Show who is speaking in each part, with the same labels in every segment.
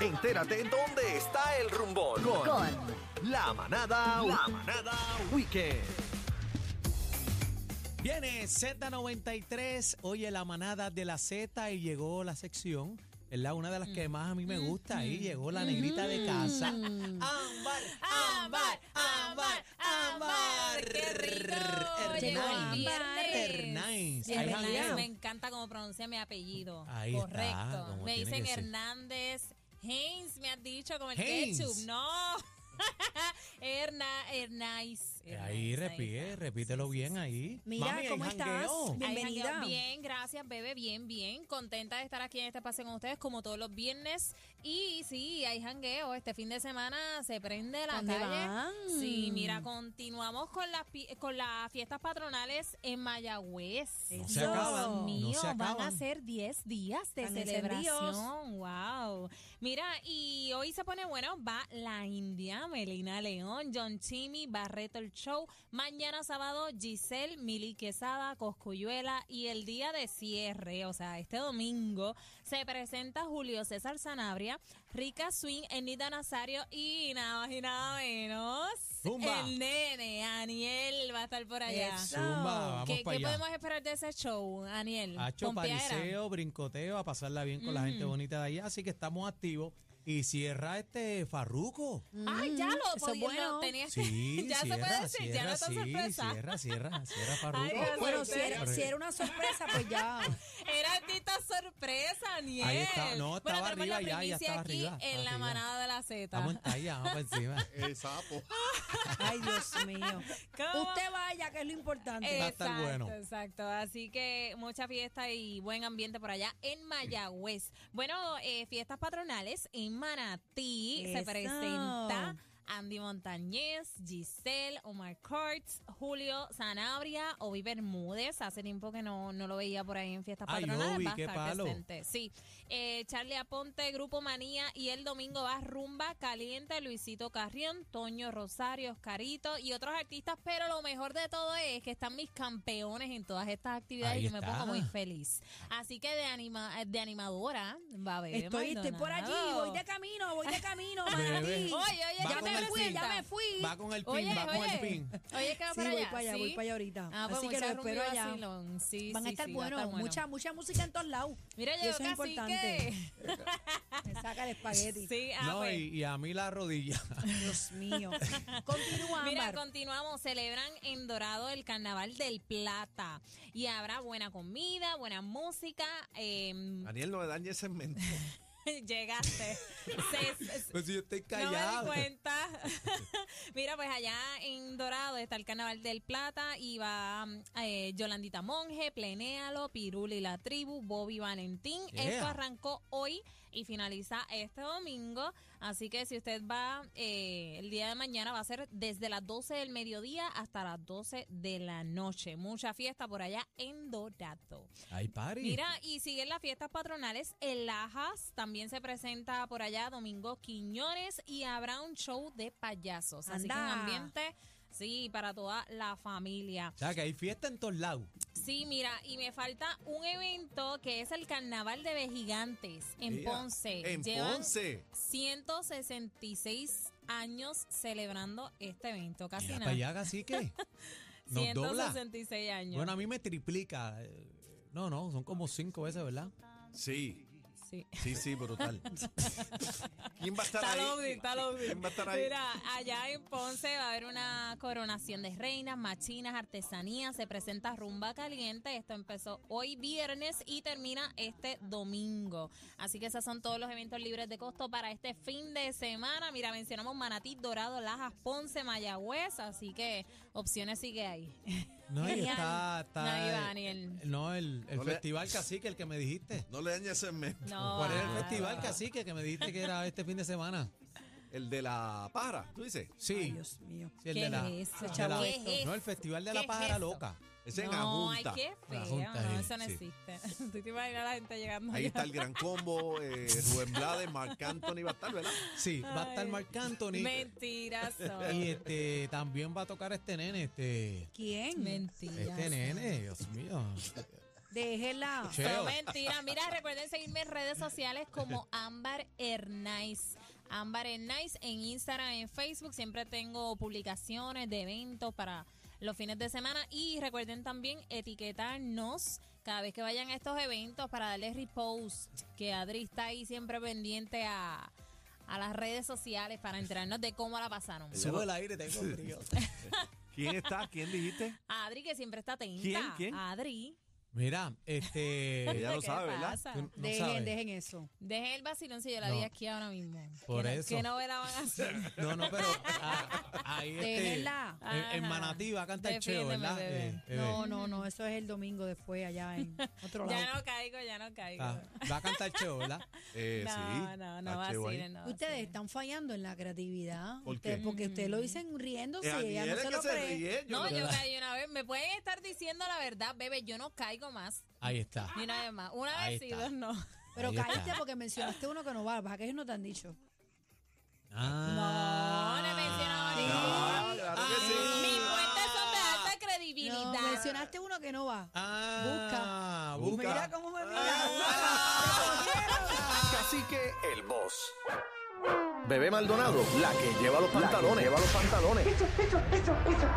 Speaker 1: entérate dónde está el rumbón. Con,
Speaker 2: Con.
Speaker 1: La manada, la manada weekend.
Speaker 3: Viene Z93, oye la manada de la Z y llegó la sección, ¿verdad? Una de las que más a mí me gusta, ahí llegó la negrita de casa. Ámbar, ámbar, ámbar, ámbar.
Speaker 4: ¡Qué rico! Llegó
Speaker 3: Hernán,
Speaker 4: el viernes.
Speaker 3: Hernández.
Speaker 4: Bien,
Speaker 3: Ahí
Speaker 4: Hernández,
Speaker 3: jangueamos.
Speaker 4: me encanta cómo pronuncia mi apellido.
Speaker 3: Ahí está,
Speaker 4: Correcto.
Speaker 3: como
Speaker 4: me
Speaker 3: tiene
Speaker 4: dicen
Speaker 3: que ser.
Speaker 4: Hernández. Haynes me has dicho como el
Speaker 3: Haynes.
Speaker 4: ketchup. No. Herna, Hernais.
Speaker 3: Ahí repite, repítelo bien ahí.
Speaker 2: Mira,
Speaker 3: Mami, ahí
Speaker 2: ¿cómo estás?
Speaker 3: jangueo.
Speaker 2: Bien. Bienvenida.
Speaker 4: Bienvenida. Bien, gracias, bebé. Bien, bien. Contenta de estar aquí en este espacio con ustedes, como todos los viernes. Y sí, hay jangueo. Este fin de semana se prende la
Speaker 2: ¿Dónde
Speaker 4: calle.
Speaker 2: van?
Speaker 4: Sí, mira,
Speaker 2: Mm.
Speaker 4: continuamos con las, pi- eh, con las fiestas patronales en Mayagüez.
Speaker 3: No se
Speaker 2: Dios
Speaker 3: acaban, no
Speaker 4: mío,
Speaker 3: se
Speaker 4: van a
Speaker 3: acaban.
Speaker 4: ser 10 días de
Speaker 2: Están
Speaker 4: celebración. Wow. Mira, y hoy se pone bueno, va la India, Melina León, John Chimmy, Barreto el Show. Mañana sábado, Giselle, Mili Quesada, Coscuyuela. Y el día de cierre, o sea, este domingo, se presenta Julio César Sanabria, Rica Swing, Enita Nazario y nada más y nada menos.
Speaker 3: Zumba.
Speaker 4: El nene, Aniel, va a estar por allá.
Speaker 2: Eso.
Speaker 3: Zumba, vamos
Speaker 4: ¿Qué,
Speaker 3: para
Speaker 4: qué
Speaker 3: allá.
Speaker 4: podemos esperar de ese show, Daniel?
Speaker 3: Ha hecho
Speaker 4: Pompeadera.
Speaker 3: pariseo, brincoteo, a pasarla bien con la gente bonita de allá, así que estamos activos. Y cierra este farruco.
Speaker 4: Ah, ya lo
Speaker 2: Eso es
Speaker 4: podía,
Speaker 2: bueno.
Speaker 4: lo tenías que-
Speaker 3: Sí,
Speaker 4: ya
Speaker 3: cierra,
Speaker 4: se puede decir, ya no
Speaker 3: cierra,
Speaker 4: está
Speaker 3: sí,
Speaker 4: sorpresa.
Speaker 3: cierra, cierra, cierra Farruko.
Speaker 4: Ay, gracias.
Speaker 2: Bueno,
Speaker 4: Pero
Speaker 2: Oh, si era, si era una sorpresa, pues ya.
Speaker 4: Era artista sorpresa, Daniel.
Speaker 3: Ahí está, no,
Speaker 4: Bueno,
Speaker 3: estaba
Speaker 4: tenemos la
Speaker 3: arriba ya, ya
Speaker 4: primicia
Speaker 3: estaba
Speaker 4: aquí
Speaker 3: arriba,
Speaker 4: en
Speaker 3: estaba
Speaker 4: la
Speaker 3: arriba.
Speaker 4: manada de la Z.
Speaker 3: Estamos en talla, vamos por encima.
Speaker 4: Eh,
Speaker 5: El sapo.
Speaker 2: Ay, Dios mío.
Speaker 4: ¿Cómo?
Speaker 2: Usted vaya, que es lo importante.
Speaker 3: Va a estar
Speaker 4: Eh, Exacto,
Speaker 3: bueno.
Speaker 4: Exacto, así que mucha fiesta y buen ambiente por allá en Mayagüez. Bueno, eh, fiestas patronales en Manatí se
Speaker 2: Eso.
Speaker 4: presenta. Andy Montañez, Giselle, Omar Kurtz, Julio Sanabria, Ovi Bermúdez. Hace tiempo que no, no lo veía por ahí en fiestas
Speaker 3: Ay,
Speaker 4: patronales.
Speaker 3: Ovi,
Speaker 4: va a
Speaker 3: qué
Speaker 4: estar
Speaker 3: palo.
Speaker 4: presente. Sí. Eh, Charlie Aponte, Grupo Manía. Y el domingo va Rumba Caliente, Luisito Carrión, Toño Rosario, Oscarito y otros artistas. Pero lo mejor de todo es que están mis campeones en todas estas actividades
Speaker 3: Ahí
Speaker 4: y yo me
Speaker 3: está.
Speaker 4: pongo muy feliz. Así que de, anima, eh, de animadora va a haber
Speaker 2: Estoy, estoy por allí,
Speaker 4: Maldonado.
Speaker 2: voy de camino, voy de camino,
Speaker 3: Bebé.
Speaker 2: Manatí.
Speaker 4: Oye, oye,
Speaker 3: Va
Speaker 4: ya
Speaker 3: con el
Speaker 4: me fui,
Speaker 3: pin.
Speaker 4: ya me fui.
Speaker 3: Va con el pin,
Speaker 4: Oye,
Speaker 3: va con
Speaker 4: oye.
Speaker 3: el pin.
Speaker 4: Oye, que va
Speaker 2: Sí,
Speaker 4: para
Speaker 2: voy
Speaker 4: allá.
Speaker 2: para allá,
Speaker 4: ¿sí?
Speaker 2: voy para allá ahorita.
Speaker 4: Ah, pues
Speaker 2: Así que
Speaker 4: mucha
Speaker 2: lo espero
Speaker 4: rumba y
Speaker 2: allá.
Speaker 4: vacilón. Sí,
Speaker 2: Van a
Speaker 4: sí,
Speaker 2: estar
Speaker 4: sí, va
Speaker 2: buenos,
Speaker 4: estar bueno.
Speaker 2: mucha, mucha música en todos lados.
Speaker 4: Mira,
Speaker 2: Y
Speaker 4: llegó
Speaker 2: eso es importante.
Speaker 4: cacique.
Speaker 2: Me saca el espagueti.
Speaker 4: Sí, ah,
Speaker 3: No,
Speaker 4: pues.
Speaker 3: y, y a mí la rodilla.
Speaker 2: Dios mío. Continúa,
Speaker 4: Mira,
Speaker 2: Ámbar.
Speaker 4: continuamos. Celebran en Dorado el Carnaval del Plata. Y habrá buena comida, buena música.
Speaker 3: Ah.
Speaker 4: em,
Speaker 5: Daniel, no me dañe ese segmento.
Speaker 4: llegaste. Se- se-
Speaker 3: Pues yo estoy
Speaker 4: No
Speaker 3: callado.
Speaker 4: me di cuenta. Mira, pues allá en Dorado está el Carnaval del Plata y va mm, eh, Yolandita Monge, Plenéalo, Piruli la Tribu, Bobby Valentín.
Speaker 3: Yeah.
Speaker 4: Esto arrancó hoy y finaliza este domingo. Así que si usted va eh, el día de mañana va a ser desde las 12 del mediodía hasta las 12 de la noche. Mucha fiesta por allá en Dorado.
Speaker 3: Ay, pari.
Speaker 4: Mira, y siguen las fiestas patronales en Lajas. También se presenta por allá Domingo Quiñones y habrá un show de payasos. Así que un
Speaker 2: Anda.
Speaker 4: ambiente, sí, para toda la familia.
Speaker 3: O sea, que hay fiesta en todos lados.
Speaker 4: Sí, mira, y me falta un evento que es el Carnaval de Vejigantes en
Speaker 5: Ea,
Speaker 4: Ponce.
Speaker 5: En
Speaker 4: Llevan
Speaker 5: Ponce.
Speaker 4: 166 años celebrando este evento, casi
Speaker 3: Mira para
Speaker 4: nada.
Speaker 3: allá, cacique. Nos dobla.
Speaker 4: 166 años.
Speaker 3: Bueno, a mí me triplica. Eh, No, no, son como cinco veces, ¿verdad?
Speaker 5: Sí,
Speaker 4: sí.
Speaker 5: sí, sí, brutal. ¿Quién va a estar
Speaker 4: Está
Speaker 5: ahí?
Speaker 4: loading, está loading.
Speaker 5: ¿Quién va a estar ahí?
Speaker 4: Mira, allá en Ponce va a haber una coronación de reinas, machinas, artesanías. Se presenta Rumba Caliente. Esto empezó hoy viernes y termina este domingo. Así que esos son todos los eventos libres de costo para este fin de semana. Mira, mencionamos Manatí, Dorado, Lajas, Ponce, Mayagüez. Así que opciones sigue ahí.
Speaker 3: No, y
Speaker 4: Genial.
Speaker 3: está. está eh,
Speaker 4: No, y Daniel.
Speaker 3: No, el, el
Speaker 5: No le-
Speaker 3: festival cacique, el que me dijiste.
Speaker 5: No le dañe ese segmento.
Speaker 4: No,
Speaker 3: eh, ¿Cuál era
Speaker 4: ah,
Speaker 3: el festival cacique que me dijiste que era este fin de semana?
Speaker 5: El de la pájara, ¿tú dices?
Speaker 3: Sí.
Speaker 2: Ay, Dios mío.
Speaker 3: Sí, el
Speaker 4: ¿Qué
Speaker 3: de la,
Speaker 4: es eso?
Speaker 3: el de
Speaker 4: ¿Qué
Speaker 3: la-
Speaker 4: es eso?
Speaker 3: No, el Festival de
Speaker 4: ¿Qué
Speaker 3: la
Speaker 4: es
Speaker 3: Pájara
Speaker 4: eso?
Speaker 3: loca.
Speaker 5: Ese en
Speaker 4: No, ay,
Speaker 5: Ajunta.
Speaker 4: qué feo.
Speaker 3: La Junta,
Speaker 4: no,
Speaker 3: sí,
Speaker 4: eso no
Speaker 3: sí.
Speaker 4: existe. ¿Tú te imaginas a la gente llegando
Speaker 5: Ahí
Speaker 4: allá?
Speaker 5: está el gran combo, eh, Rubén Blades, Marc Anthony va a estar, ¿verdad?
Speaker 3: Sí, va a estar
Speaker 4: Ay,
Speaker 3: Marc Anthony.
Speaker 4: Mentirazo.
Speaker 3: Y este, también va a tocar este nene, este.
Speaker 2: ¿Quién?
Speaker 4: Mentiras.
Speaker 3: Este nene, Dios mío.
Speaker 2: Déjela.
Speaker 3: Sí.
Speaker 4: No,
Speaker 3: Feo.
Speaker 4: mentira. Mira, recuerden seguirme en redes sociales como Ámbar Hernáiz. Ámbar Hernáiz en Instagram, en Facebook. Siempre tengo publicaciones de eventos para los fines de semana. Y recuerden también etiquetarnos cada vez que vayan a estos eventos para darle repost. Que Adri está ahí siempre pendiente a, a las redes sociales para enterarnos de cómo la pasaron.
Speaker 3: Subo el aire, tengo frío.
Speaker 5: ¿Quién está? ¿Quién dijiste?
Speaker 4: Adri, que siempre está atenta.
Speaker 5: ¿Quién? ¿Quién?
Speaker 4: Adri.
Speaker 3: Mira, este.
Speaker 5: Ella lo
Speaker 4: ¿Qué
Speaker 5: sabe, ¿verdad?
Speaker 4: pasa?
Speaker 3: tú no
Speaker 2: dejen,
Speaker 3: sabes.
Speaker 2: dejen eso.
Speaker 4: Dejen el vacilón si yo la
Speaker 3: No.
Speaker 4: vi aquí ahora mismo.
Speaker 3: Por
Speaker 4: ¿Qué no-
Speaker 3: eso.
Speaker 4: ¿Qué novela van a hacer?
Speaker 3: No, no, pero ah, ahí este, en,
Speaker 2: Déjenla.
Speaker 3: en
Speaker 4: Ajá.
Speaker 3: Manatí va a cantar Cheo,
Speaker 4: Defiéndeme,
Speaker 3: ¿verdad?
Speaker 4: bebé.
Speaker 3: Eh,
Speaker 2: No, no, no, eso es el domingo después allá en otro lado.
Speaker 4: ya no caigo, ya no caigo.
Speaker 3: ah, va a cantar Cheo, ¿verdad?
Speaker 5: Eh,
Speaker 4: no,
Speaker 5: sí.
Speaker 4: no, no
Speaker 5: Está Cheo ahí.
Speaker 4: vacilen, no vacilen.
Speaker 2: Ustedes están fallando en la creatividad.
Speaker 5: ¿Por
Speaker 2: Ustedes-
Speaker 5: qué?
Speaker 2: Porque ustedes lo dicen riéndose.
Speaker 5: Eh,
Speaker 2: ella
Speaker 5: Daniel
Speaker 2: no
Speaker 5: es
Speaker 2: se
Speaker 5: que
Speaker 2: lo
Speaker 5: se
Speaker 2: cree.
Speaker 5: ríe. yo
Speaker 4: No,
Speaker 5: no-
Speaker 4: yo caí una vez. Me pueden estar diciendo la verdad, bebé. Yo no caigo más.
Speaker 3: Ahí está.
Speaker 4: Ni una vez más. Una
Speaker 3: Ahí
Speaker 4: vez y
Speaker 3: está.
Speaker 4: dos no.
Speaker 2: Pero
Speaker 3: Ahí
Speaker 2: caíste
Speaker 3: está.
Speaker 2: porque mencionaste uno que no va. ¿Para qué ellos no te han dicho?
Speaker 3: Ah.
Speaker 4: no le mencionaba
Speaker 2: Sí.
Speaker 5: Ah, claro que sí.
Speaker 4: Mis fuentes son de alta
Speaker 2: No,
Speaker 4: credibilidad.
Speaker 2: mencionaste uno que no va.
Speaker 5: Busca.
Speaker 3: Ah, busca.
Speaker 2: Mira cómo me mira.
Speaker 1: Cacique, el boss. Bebé Maldonado, la que lleva los pantalones. lleva los pantalones.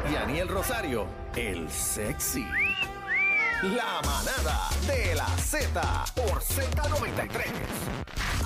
Speaker 1: Y Aniel Rosario, el sexy. La manada de la Z por Z93.